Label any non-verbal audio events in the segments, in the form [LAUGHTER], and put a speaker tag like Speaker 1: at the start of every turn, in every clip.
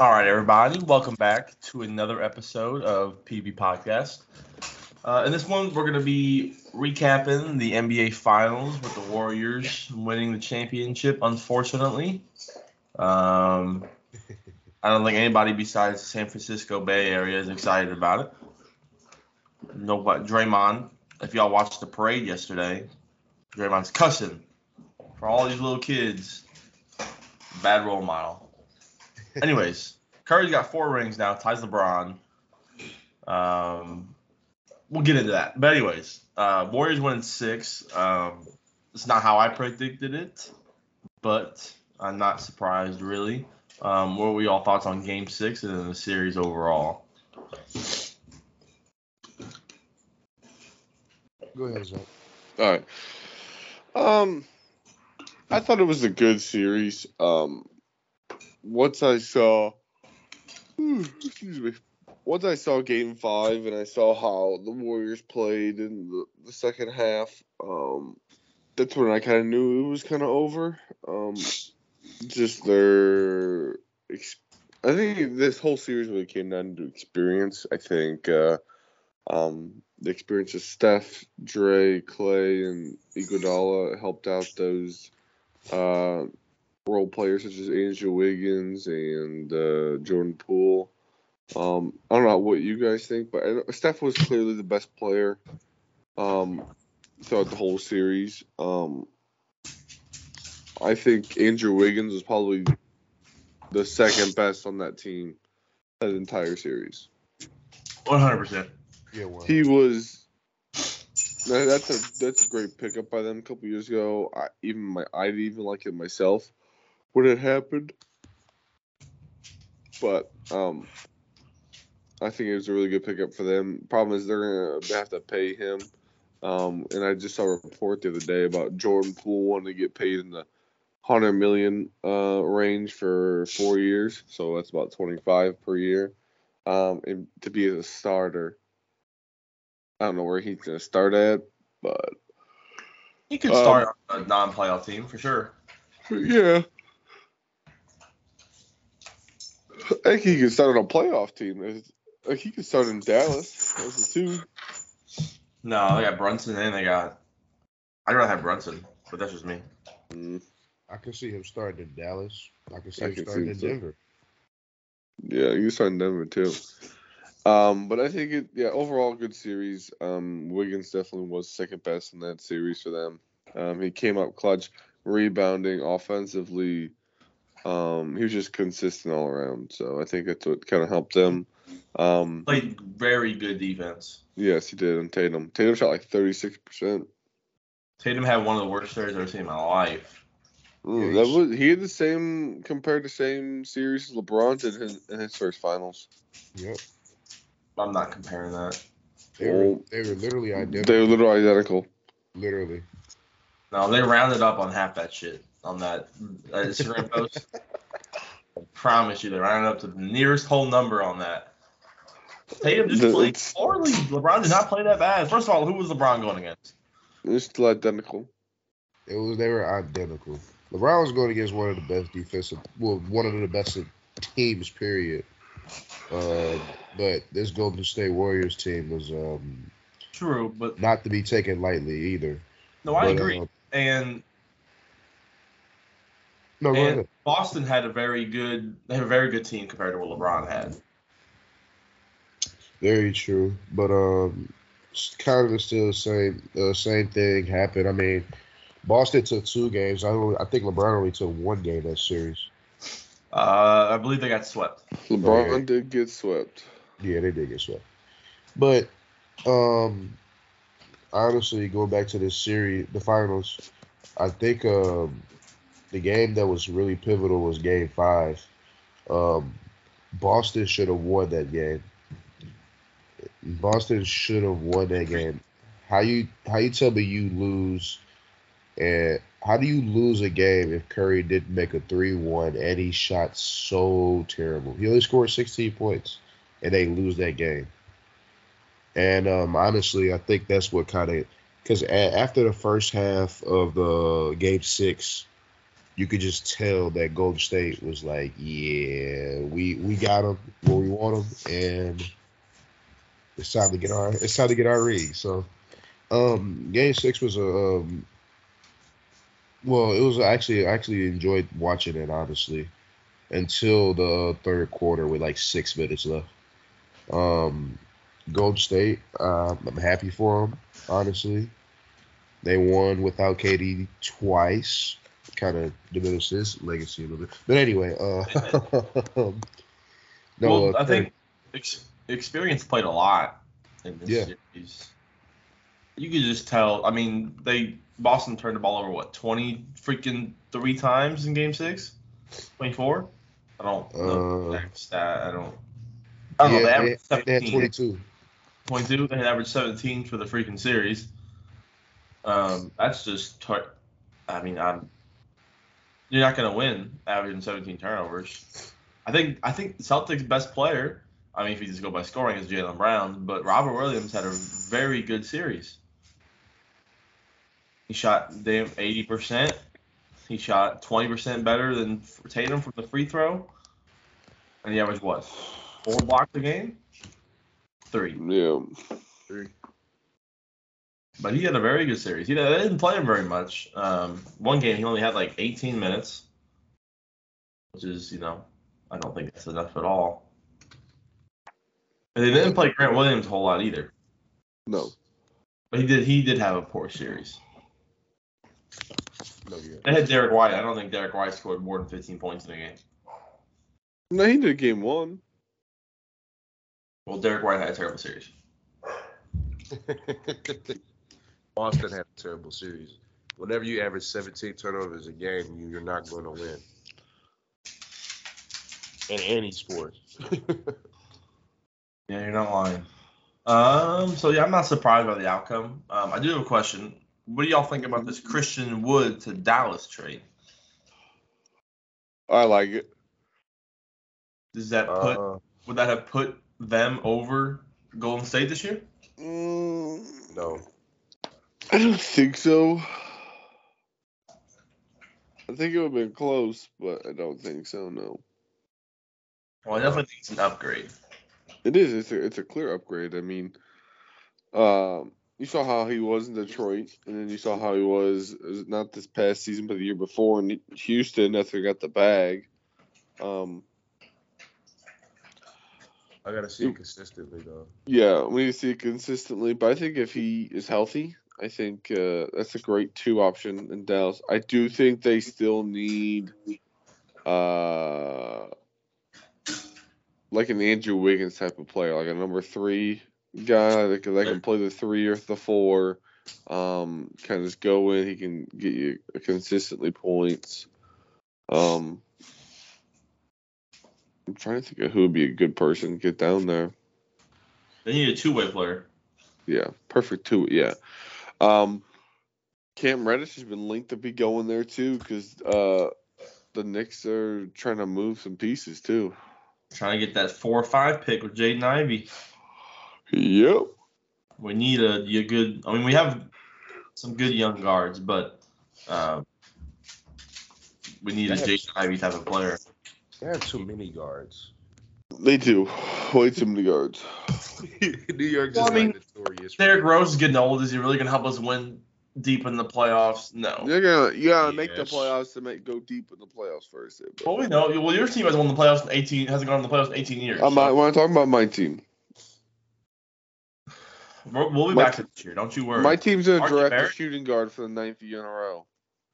Speaker 1: All right, everybody, welcome back to another episode of PB Podcast. Uh, in this one, we're going to be recapping the NBA Finals with the Warriors winning the championship. Unfortunately, um, I don't think anybody besides the San Francisco Bay Area is excited about it. No, but Draymond, if y'all watched the parade yesterday, Draymond's cussing for all these little kids. Bad role model. Anyways, Curry's got four rings now, ties LeBron. Um, we'll get into that. But anyways, uh, Warriors win in six. Um, it's not how I predicted it, but I'm not surprised really. Um, what were y'all thoughts on Game Six and then the series overall?
Speaker 2: Go ahead, Zach.
Speaker 3: All right. Um, I thought it was a good series. Um, once I saw, hmm, excuse me, once I saw Game Five and I saw how the Warriors played in the, the second half, um, that's when I kind of knew it was kind of over. Um, just their, ex- I think this whole series really came down to experience. I think. Uh, um, the experience of Steph, Dre, Clay, and Iguodala helped out those uh, role players such as Angel Wiggins and uh, Jordan Poole. Um, I don't know what you guys think, but I, Steph was clearly the best player um, throughout the whole series. Um, I think Andrew Wiggins was probably the second best on that team that entire series.
Speaker 1: 100. percent
Speaker 2: Yeah, well,
Speaker 3: He was. that- That's a that's a great pickup by them a couple years ago. I, even my I didn't even like it myself when it happened, but um, I think it was a really good pickup for them. Problem is they're gonna have to pay him. Um, and I just saw a report the other day about Jordan Poole wanting to get paid in the hundred million uh range for four years, so that's about twenty five per year. Um, and to be a starter. I don't know where he's gonna start at, but
Speaker 1: He could
Speaker 3: Um,
Speaker 1: start on a non-playoff team for sure.
Speaker 3: yeah. I think he can start on a playoff team. It's- Like he could start in Dallas as a two.
Speaker 1: No, they got Brunson and they got. I'd rather have Brunson, but that's just me.
Speaker 3: Mm,
Speaker 2: I can see him starting in Dallas. I can see
Speaker 3: I
Speaker 2: him
Speaker 3: can see
Speaker 2: starting
Speaker 3: him
Speaker 2: in
Speaker 3: too.
Speaker 2: Denver.
Speaker 3: Yeah, you start in Denver too. Um, but I think it yeah, overall good series. Um Wiggins definitely was second best in that series for them. Um he came up clutch, rebounding offensively. Um he was just consistent all around. So I think that's what kinda helped them. Um
Speaker 1: Played very good defense.
Speaker 3: Yes, he did. And Tatum. Tatum shot like 36%.
Speaker 1: Tatum had one of the worst series I've ever seen in my life.
Speaker 3: Mm,
Speaker 2: Yeah,
Speaker 3: that
Speaker 2: he's-
Speaker 3: was he had the same compared to same series as LeBron did in, in his first finals.
Speaker 2: Yep.
Speaker 1: I'm not comparing that.
Speaker 2: They were,
Speaker 3: Oh.
Speaker 2: they were literally
Speaker 3: They
Speaker 2: identical.
Speaker 3: were literally identical.
Speaker 2: Literally.
Speaker 1: No, they rounded up on half that shit on that uh, Instagram post. I promise you, they rounded up to the nearest whole number on that. Tatum just
Speaker 3: The-
Speaker 1: played
Speaker 3: it's-
Speaker 1: poorly. LeBron did not play that bad. First of all, who was LeBron going against?
Speaker 3: They're still identical.
Speaker 2: It was they were identical. LeBron was going against one of the best defensive, well, one of the best teams, period. Uh, but this Golden State Warriors team was um,
Speaker 1: True, but
Speaker 2: not to be taken lightly either.
Speaker 1: no, I
Speaker 2: But,
Speaker 1: agree.
Speaker 2: uh,
Speaker 1: And
Speaker 2: no, go
Speaker 1: And-
Speaker 2: ahead.
Speaker 1: Boston had a very good they had a very good team compared to what LeBron had.
Speaker 2: Very true, but um, s- kind of still the same. uh, same thing happened. I mean, Boston took two games. I only, I think LeBron only took one game that series.
Speaker 1: Uh, I believe they got swept.
Speaker 3: LeBron
Speaker 2: Oh, yeah.
Speaker 3: did get swept.
Speaker 2: Yeah, they did get swept. But um, honestly, going back to this series, the finals, I think um, the game that was really pivotal was Game Five. Um, Boston should have won that game. Boston should have won that game. How you how you tell me you lose? And how do you lose a game if Curry didn't make a three-one and he shot so terrible? He only scored sixteen points and they lose that game. And um, honestly, I think that's what kind of because a- after the first half of the game six, you could just tell that Golden State was like, yeah, we we got them where we want them, and it's time to get our it's time to get our rig. So, um, game six was a um, well, it was actually I actually enjoyed watching it honestly until the third quarter with like six minutes left. Um, Golden State, um, I'm happy for them honestly. They won without KD twice kind of diminish his legacy a little bit. But anyway, uh, [LAUGHS]
Speaker 1: no, well, I think ex- experience played a lot in this
Speaker 2: Yeah.
Speaker 1: series. You could just tell. I mean, they Boston turned the ball over what twenty freaking three times in Game Six, twenty four. I don't know. the
Speaker 2: Uh,
Speaker 1: exact stat. I don't. I don't know. They
Speaker 2: yeah,
Speaker 1: averaged
Speaker 2: they, they had
Speaker 1: 17.
Speaker 2: 22.
Speaker 1: 22. They had averaged 17 for the freaking series. Um, that's just. Tar- I mean, I'm. You're not gonna win averaging 17 turnovers. I think I think the Celtics' best player. I mean, if you just go by scoring, is Jalen Brown, but Robert Williams had a very good series. He shot damn 80 percent. He shot 20 percent better than Tatum from the free throw, and he averaged what? Four blocks a game. Three.
Speaker 3: Yeah.
Speaker 1: But he had a very good series. He they didn't play him very much. Um, one game he only had like 18 minutes, which is you know I don't think that's enough at all. And they didn't play Grant Williams a whole lot either.
Speaker 3: No.
Speaker 1: But he did he did have a poor series.
Speaker 2: No, yeah. [LAUGHS]
Speaker 1: They had Derek White. I don't think Derek White scored more than 15 points in a game.
Speaker 3: No, he did game one.
Speaker 1: Well, Derek White had a terrible series.
Speaker 2: Boston had a terrible series. Whenever you average 17 turnovers a game, you, you're not going to win. In any [LAUGHS] sport.
Speaker 1: Yeah, you're not lying. Um, so yeah, I'm not surprised by the outcome. Um, I do have a question. What do y'all think about this Christian Wood to Dallas trade?
Speaker 3: I like it.
Speaker 1: Does that put
Speaker 2: Uh,
Speaker 1: would that have put them over Golden State this year?
Speaker 3: Mm,
Speaker 2: no.
Speaker 3: I don't think so. I think it would have been close, but I don't think so. No,
Speaker 1: Well, I definitely think it's an upgrade.
Speaker 3: it is. It's a, it's a clear upgrade. I mean, um, you saw how he was in Detroit, and then you saw how he was was not this past season, but the year before in Houston after he got the bag. Um,
Speaker 2: I got to see it consistently, though.
Speaker 3: Yeah, we need to see it consistently. But I think if he is healthy, I think uh, that's a great two option in Dallas. I do think they still need, uh, like an Andrew Wiggins type of player, like a number three guy that can, that can play the three or the four. Um, kind of just go in. He can get you consistently points. Um, I'm trying to think of who would be a good person to get down there.
Speaker 1: They need a two-way player.
Speaker 3: Yeah, perfect too. Yeah. Um, Cam Reddish has been linked to be going there too because uh, the Knicks are trying to move some pieces too.
Speaker 1: Trying to get that four or five pick with Jaden Ivey.
Speaker 3: Yep.
Speaker 1: We need a, a good. I mean, we have some good young guards, but um, we need a Jaden Ivey type of player.
Speaker 2: They have too many guards. [LAUGHS]
Speaker 3: They do. Way too many guards.
Speaker 2: New York's
Speaker 1: Well,
Speaker 2: just
Speaker 1: I mean,
Speaker 2: like notorious. for-
Speaker 1: Derrick Rose is getting old. Is he really gonna help us win deep in the playoffs? No.
Speaker 3: They're gonna you gotta make the
Speaker 1: Yes.
Speaker 3: playoffs to make go deep in the playoffs first. eh, but-
Speaker 1: Well, we know. Well, your team has won the playoffs in 18. Hasn't gone to the playoffs in 18 years.
Speaker 3: I'm not,
Speaker 1: so
Speaker 3: when I talk about my team,
Speaker 1: we'll we'll be
Speaker 3: my-
Speaker 1: back to this year. Don't you worry.
Speaker 3: my team's gonna
Speaker 1: Marcus
Speaker 3: draft a
Speaker 1: Barrett?
Speaker 3: shooting guard for the ninth year in a row.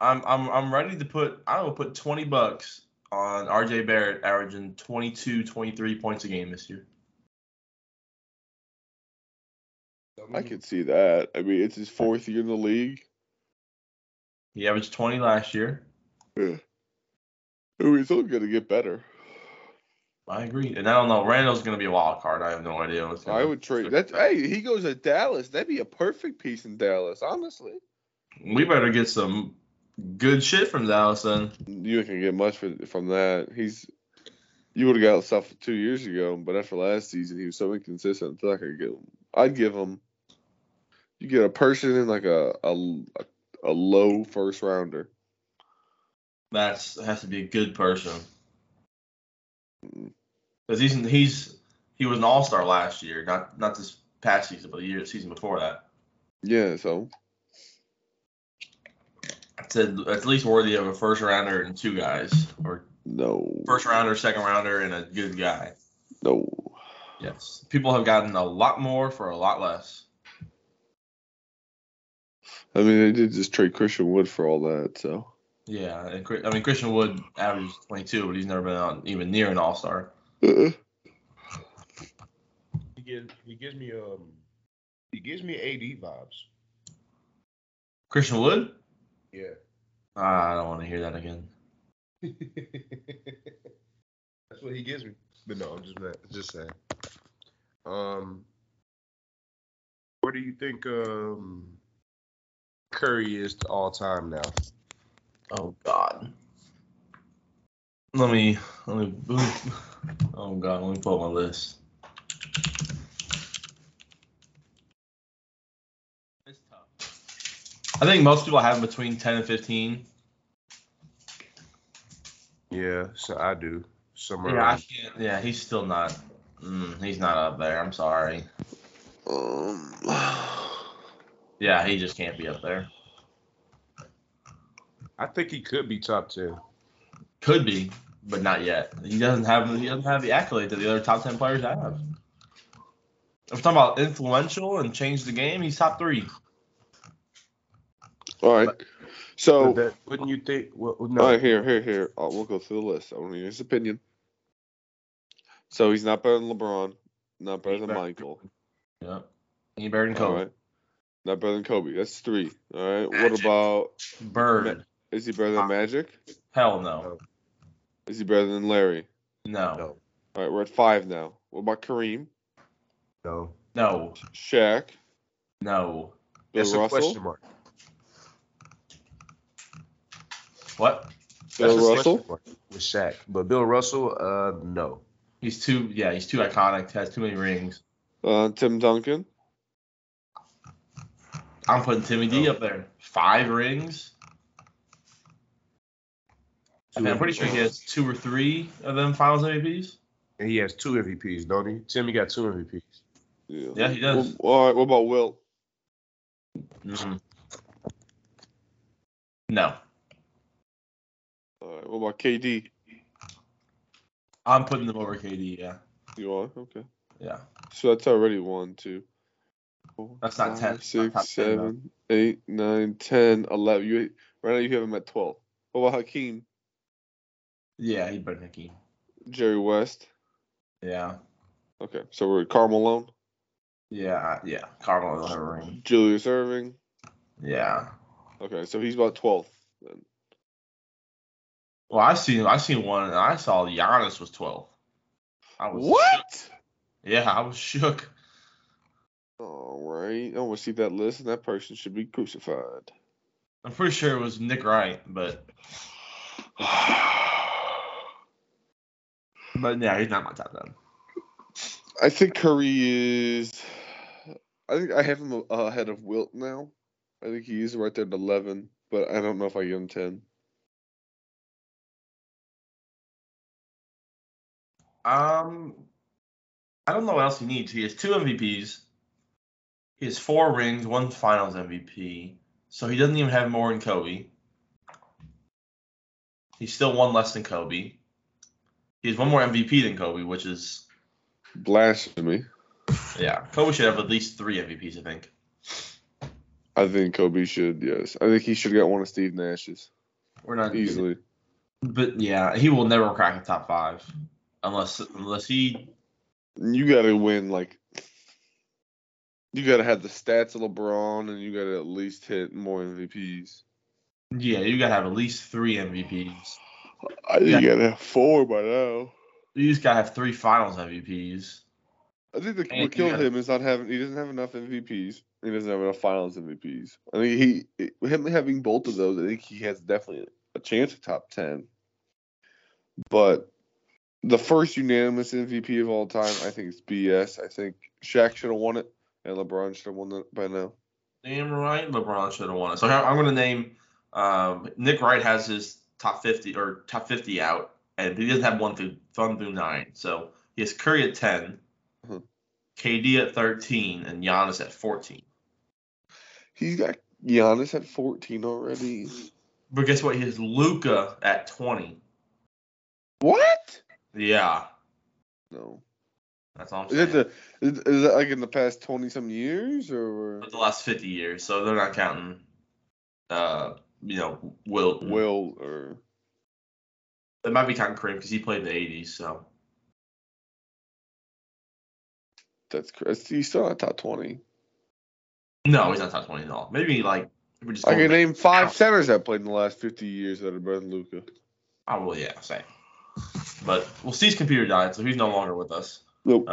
Speaker 1: I'm I'm I'm ready to put I will put 20 bucks on RJ Barrett averaging 22 23 points a game this year.
Speaker 2: Mm.
Speaker 3: I could see that. I mean, it's his fourth year in the league.
Speaker 1: He averaged 20 last year.
Speaker 3: Yeah. I mean, It's only gonna get better.
Speaker 1: I agree. And I don't know Randall's going to be a wild card. I have no idea what's going
Speaker 3: I would trade that. Hey, he goes to Dallas. That'd be a perfect piece in Dallas, honestly.
Speaker 1: We better get some good shit from Dallas then.
Speaker 3: You ain't gonna get much for, from that. He's you would have got stuff two years ago, but after last season, he was so inconsistent. That I could get him. I'd give him. You get a person in like a a, a low first rounder.
Speaker 1: That's has to be a good person. Because he's he's he was an all star last year, not not this past season, but the year season before that.
Speaker 3: Yeah, so
Speaker 1: I said at least worthy of a first rounder and two guys, or
Speaker 3: no,
Speaker 1: first rounder, second rounder, and a good guy.
Speaker 3: no.
Speaker 1: Yes, people have gotten a lot more for a lot less.
Speaker 3: I mean, they did just trade Christian Wood for all that, so [LAUGHS]
Speaker 1: Yeah, and Chri- I mean Christian Wood averaged 22, but he's never been on even near an all star.
Speaker 3: Uh,
Speaker 2: He gives he gives me um he gives me AD vibes.
Speaker 1: Christian Wood?
Speaker 2: Yeah.
Speaker 1: Ah, I don't want to hear that again.
Speaker 2: That's what he gives me. But no, I'm just not, just saying. Um, where do you think um Curry is to all time now?
Speaker 1: Oh God. Let me let me. [LAUGHS] Let me oh God, let me pull up my list. It's tough. I think most people have between 10 and 15.
Speaker 2: Yeah, so I do somewhere.
Speaker 1: Yeah, I
Speaker 2: around
Speaker 1: can't. Yeah, he's still not. Mm, he's not up there. I'm sorry.
Speaker 3: um, [SIGHS]
Speaker 1: Yeah, he just can't be up there.
Speaker 2: I think he could be top ten.
Speaker 1: Could be, but not yet. He doesn't have he doesn't have the accolade that the other top ten players have. If we're talking about influential and change the game, he's top three.
Speaker 3: all right. So
Speaker 2: But that, wouldn't you think? Well, no.
Speaker 3: All right, here, here, here. Uh, we'll go through the list. I want to hear his opinion. So he's not better than LeBron, not better
Speaker 2: He's
Speaker 3: than
Speaker 2: better.
Speaker 3: Michael.
Speaker 1: Yep. Any better than
Speaker 3: All
Speaker 1: Kobe.
Speaker 3: right, not better than Kobe. That's three. All right. What
Speaker 1: Magic.
Speaker 3: about
Speaker 1: Bird.
Speaker 3: is he better
Speaker 1: Ah.
Speaker 3: than Magic?
Speaker 1: Hell no.
Speaker 3: Is he better than Larry?
Speaker 1: No.
Speaker 2: No,
Speaker 3: All right, we're at five now. What about Kareem,
Speaker 2: no.
Speaker 1: No.
Speaker 3: Shaq,
Speaker 1: No.
Speaker 3: Bill
Speaker 2: That's a
Speaker 3: Russell,
Speaker 2: question mark.
Speaker 1: What?
Speaker 2: That's
Speaker 3: Bill
Speaker 2: a
Speaker 3: Russell?
Speaker 2: question mark with Shaq, but Bill Russell, uh, no.
Speaker 1: He's too yeah, he's too iconic, has too many rings.
Speaker 3: uh, Tim Duncan?
Speaker 1: I'm putting Timmy D up there. Five rings. I mean, I'm pretty sure he has two or three of them finals MVPs.
Speaker 2: And he has two MVPs, don't he? Timmy got two MVPs.
Speaker 3: Yeah.
Speaker 1: Yeah, he does.
Speaker 3: Well, all right. What about Will?
Speaker 1: Mhm. No.
Speaker 3: All right. What about KD?
Speaker 1: I'm putting them over KD, yeah.
Speaker 3: You are okay.
Speaker 1: Yeah.
Speaker 3: So that's already one, two, four,
Speaker 1: That's not
Speaker 3: five,
Speaker 1: 10. That's
Speaker 3: six,
Speaker 1: not 10, though.
Speaker 3: seven, eight, nine, 10, 11. You right now you have him at twelve. What about Hakeem,
Speaker 1: Yeah, he's better than Hakeem.
Speaker 3: Jerry West?
Speaker 1: Yeah.
Speaker 3: Okay, so we're at Karl Malone,
Speaker 1: Yeah, yeah. Carmelo will have a ring.
Speaker 3: Julius Irving.
Speaker 1: Yeah.
Speaker 3: Okay, so he's about twelfth. Then.
Speaker 1: Well, I've seen I've seen one and I saw Giannis was 12. I was
Speaker 3: What?
Speaker 1: Yeah, I was shook.
Speaker 3: All right, I want to see that list, and that person should be crucified.
Speaker 1: [SIGHS] I'm pretty sure it was Nick Wright, but
Speaker 3: I
Speaker 1: but yeah, he's not my top ten.
Speaker 3: think Curry is. I think I have him a- ahead of Wilt now. I think he is right there at eleven, but I don't know if I give him ten.
Speaker 1: Um I don't know what else he needs. He has two MVPs. He has four rings, one finals MVP. So he doesn't even have more than Kobe. He's still one less than Kobe. He has one more MVP than Kobe, which is
Speaker 3: Blasphemy.
Speaker 1: yeah. Kobe should have at least three MVPs, I think.
Speaker 3: I think Kobe should, yes. I think he should have got one of Steve Nash's
Speaker 1: We're not
Speaker 3: easily.
Speaker 1: But yeah, he will never crack a top five unless unless he
Speaker 3: You got to win, like, you got to have the stats of LeBron, and you got to at least hit more MVPs.
Speaker 1: yeah you gotta have at least three MVPs.
Speaker 3: I think you
Speaker 1: Yeah.
Speaker 3: got to have four by now.
Speaker 1: You just gotta have three Finals MVPs.
Speaker 3: I think the,
Speaker 1: And
Speaker 3: what
Speaker 1: you
Speaker 3: killed
Speaker 1: gotta-
Speaker 3: him is not having, he doesn't have enough MVPs. He doesn't have enough finals MVPs. I think he, it- him having both of those, I think he has definitely a chance at top 10. But the first unanimous MVP of all time, I think it's BS. I think Shaq should have won it, and LeBron should have won it by now.
Speaker 1: Damn right, LeBron should have won it. So here- I'm gonna name um, Nick Wright has his top fifty or top fifty out, and but he doesn't have one through one through nine. So he has Curry at 10
Speaker 3: Mhm.
Speaker 1: KD at thirteen, and Giannis at fourteen.
Speaker 3: He's got Giannis at 14 already.
Speaker 1: But guess what? He has Luca at twenty.
Speaker 3: What?
Speaker 1: Yeah,
Speaker 3: No.
Speaker 1: that's all. I'm
Speaker 3: Is
Speaker 1: saying.
Speaker 3: that the is, is that like in the past 20 some years or
Speaker 1: But the last fifty years, so they're not counting. Uh, you know, Will.
Speaker 3: Will or
Speaker 1: They might be counting Kareem because he played in the eighties. So
Speaker 3: that's Chris. He's still not top 20.
Speaker 1: no, he's not top twenty at all. Maybe like if we just.
Speaker 3: I
Speaker 1: go
Speaker 3: can name five
Speaker 1: Ow.
Speaker 3: centers that played in the last 50 years that are better than Luca.
Speaker 1: Oh well, yeah, same. But well, Steve's computer died, so he's no longer with us. Uh,
Speaker 3: Nope.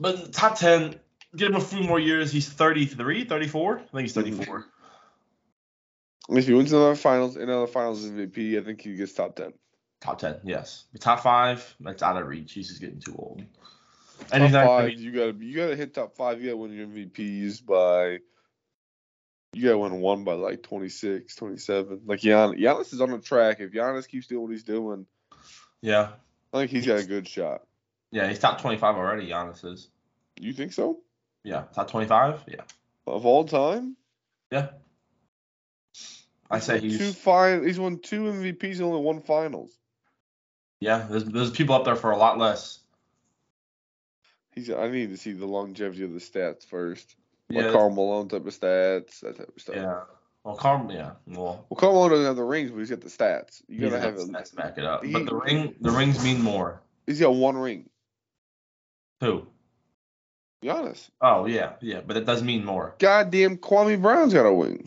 Speaker 1: But in the top ten, give him a few more years. He's 33, 34? I think he's
Speaker 3: Mm-hmm.
Speaker 1: thirty-four.
Speaker 3: If he wins another finals, another finals MVP, I think he gets top 10.
Speaker 1: Top ten, yes. But top five, that's out of reach. He's just getting too old. And
Speaker 3: top
Speaker 1: he's not gonna
Speaker 3: five,
Speaker 1: be-
Speaker 3: you gotta you gotta hit top five. You gotta win your MVPs by. You gotta win one by like 26, 27. Like Gian, Giannis is on the track. If Giannis keeps doing what he's doing,
Speaker 1: yeah,
Speaker 3: I think he's got a good shot.
Speaker 1: yeah. He's top twenty-five already. Giannis is.
Speaker 3: You think so?
Speaker 1: Yeah, top twenty-five. Yeah,
Speaker 3: Of all time,
Speaker 1: yeah. I say
Speaker 3: two
Speaker 1: he's
Speaker 3: fine. He's won two MVPs and only one finals.
Speaker 1: yeah. There's there's people up there for a lot less.
Speaker 3: He's. I need to see the longevity of the stats first. Like
Speaker 1: Yeah,
Speaker 3: Karl Malone type of stats, that type of stuff.
Speaker 1: yeah. Well, Carm, yeah. Well,
Speaker 3: Well, Karl Malone doesn't have the rings, but he's got the stats. You
Speaker 1: he's
Speaker 3: gotta
Speaker 1: got
Speaker 3: have.
Speaker 1: the
Speaker 3: A,
Speaker 1: stats to back it up.
Speaker 3: he-
Speaker 1: But the ring, the rings mean more.
Speaker 3: he's got one ring.
Speaker 1: Who?
Speaker 3: Giannis.
Speaker 1: Oh yeah, yeah, but it does mean more.
Speaker 3: goddamn Kwame Brown's got a ring.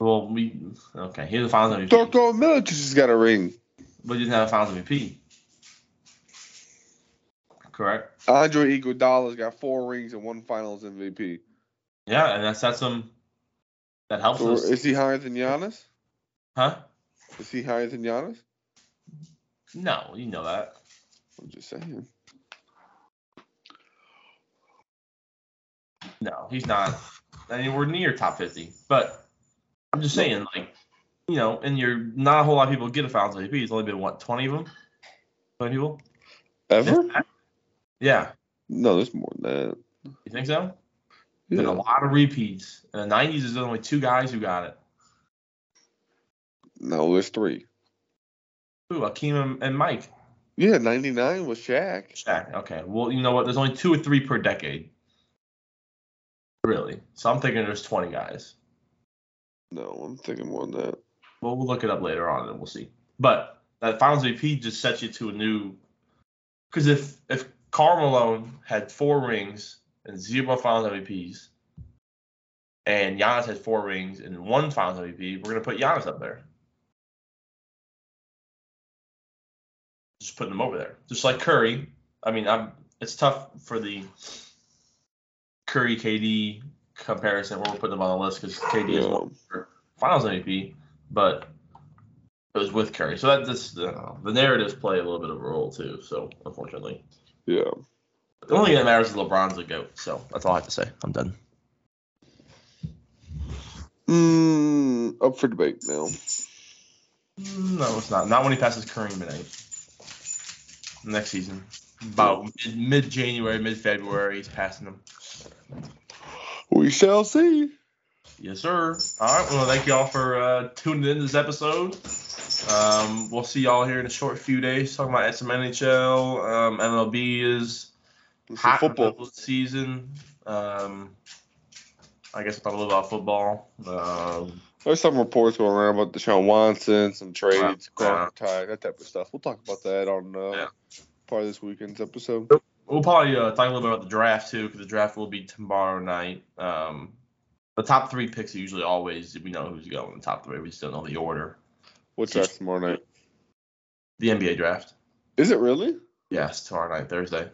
Speaker 1: Well, we okay. Here's the finals MVP,
Speaker 3: Darko Milicic has got a ring.
Speaker 1: but you didn't have a finals MVP, correct?
Speaker 3: Andre Iguodala's got four rings and one Finals MVP.
Speaker 1: Yeah, and that's that's some that helps
Speaker 3: So
Speaker 1: us,
Speaker 3: is he higher than Giannis?
Speaker 1: huh?
Speaker 3: Is he higher than Giannis?
Speaker 1: No, you know that.
Speaker 3: I'm just saying.
Speaker 1: No, he's not anywhere near top fifty. But I'm just saying, like, you know, and you're not a whole lot of people get a finals MVP. It's only been what twenty of them, twenty people.
Speaker 3: Ever?
Speaker 1: Yeah,
Speaker 3: No, there's more than that.
Speaker 1: you think so? There's a
Speaker 3: Yeah.
Speaker 1: lot of repeats. In the '90s, there's only two guys who got it.
Speaker 3: No, there's three.
Speaker 1: Who? Akeem and- and Mike.
Speaker 3: Yeah, 99 was Shaq.
Speaker 1: Shaq. Okay. Well, you know what? There's only two or three per decade. Really. So I'm thinking there's 20 guys.
Speaker 3: No, I'm thinking more than that.
Speaker 1: Well, we'll look it up later on and we'll see. But that Finals MVP just sets you to a new. Because if if Karl Malone had four rings and zero Finals MVPs, and Giannis had four rings and one Finals MVP, we're gonna put Giannis up there. Just putting him over there, just like Curry. I mean, I'm. It's tough for the Curry KD comparison where we're putting them on the list because KD is
Speaker 3: Yeah.
Speaker 1: one for Finals MVP, but it was with Curry. So that just uh, the narratives play a little bit of a role too. So unfortunately,
Speaker 3: Yeah.
Speaker 1: the only thing that matters is LeBron's a goat. So that's all I have to say. I'm done.
Speaker 3: Mm, up for debate now.
Speaker 1: Mm, No, it's not. Not when he passes Kareem in eight. Next season, about mid January, mid February, he's passing them.
Speaker 3: We shall see.
Speaker 1: Yes, sir. All right. Well, thank y'all for uh, tuning in to this episode. Um, we'll see y'all here in a short few days talking about some NHL. Um, MLB is
Speaker 3: It's
Speaker 1: hot
Speaker 3: football.
Speaker 1: football season. Um, I guess I'll talk a little about football. Um,
Speaker 3: There's some reports going around about Deshaun Watson, some trades,
Speaker 1: Yeah.
Speaker 3: Crawford, Ty, that type of stuff. We'll talk about that on uh,
Speaker 1: Yeah.
Speaker 3: part of this weekend's episode.
Speaker 1: we'll probably uh, talk a little bit about the draft too, because the draft will be tomorrow night. Um, the top three picks are usually always we know who's going in the top three. We just don't know the order.
Speaker 3: What's that tomorrow night?
Speaker 1: The NBA draft.
Speaker 3: Is it really?
Speaker 1: Yes, tomorrow night, Thursday.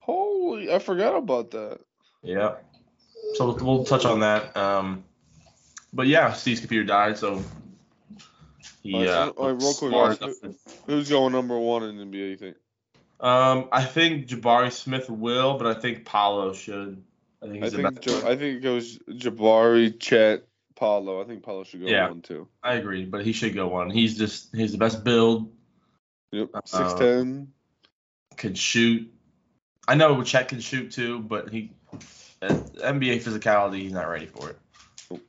Speaker 3: Holy, I forgot about that.
Speaker 1: Yeah. So we'll, we'll touch on that. Um, but yeah, Steve's computer died, so he.
Speaker 3: Alright,
Speaker 1: uh,
Speaker 3: so- alright, real quick,
Speaker 1: smart
Speaker 3: guys.
Speaker 1: enough to-
Speaker 3: Who's going number one in NBA? You think?
Speaker 1: Um, I think Jabari Smith will, but I think Paolo should. I think
Speaker 3: I
Speaker 1: he's the
Speaker 3: think
Speaker 1: best.
Speaker 3: Ja- I think it goes Jabari, Chet, Paulo. I think Paulo should go
Speaker 1: Yeah.
Speaker 3: one too.
Speaker 1: I agree, but he should go one. He's just he's the best build,
Speaker 3: Yep.
Speaker 1: Uh,
Speaker 3: Six ten.
Speaker 1: can shoot. I know Chet can shoot too, but he uh, at NBA physicality, he's not ready for it.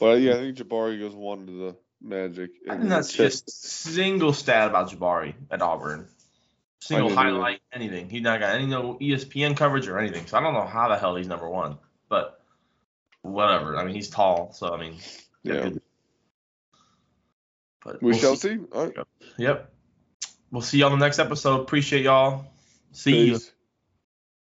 Speaker 3: But yeah, I think Jabari goes one to the Magic.
Speaker 1: I
Speaker 3: and
Speaker 1: did
Speaker 3: then
Speaker 1: not see a
Speaker 3: Chet-
Speaker 1: single stat about Jabari at Auburn. Single
Speaker 3: didn't either.
Speaker 1: highlight, anything. He not got any no E ESPN coverage or anything. So I don't know how the hell he's number one, but whatever. I mean, he's tall, so I mean, that
Speaker 3: Yeah.
Speaker 1: could- But
Speaker 3: We
Speaker 1: we'll
Speaker 3: shall
Speaker 1: see.
Speaker 3: see. All right.
Speaker 1: Yep. We'll see y'all in the next episode. Appreciate y'all. See you.
Speaker 3: Peace.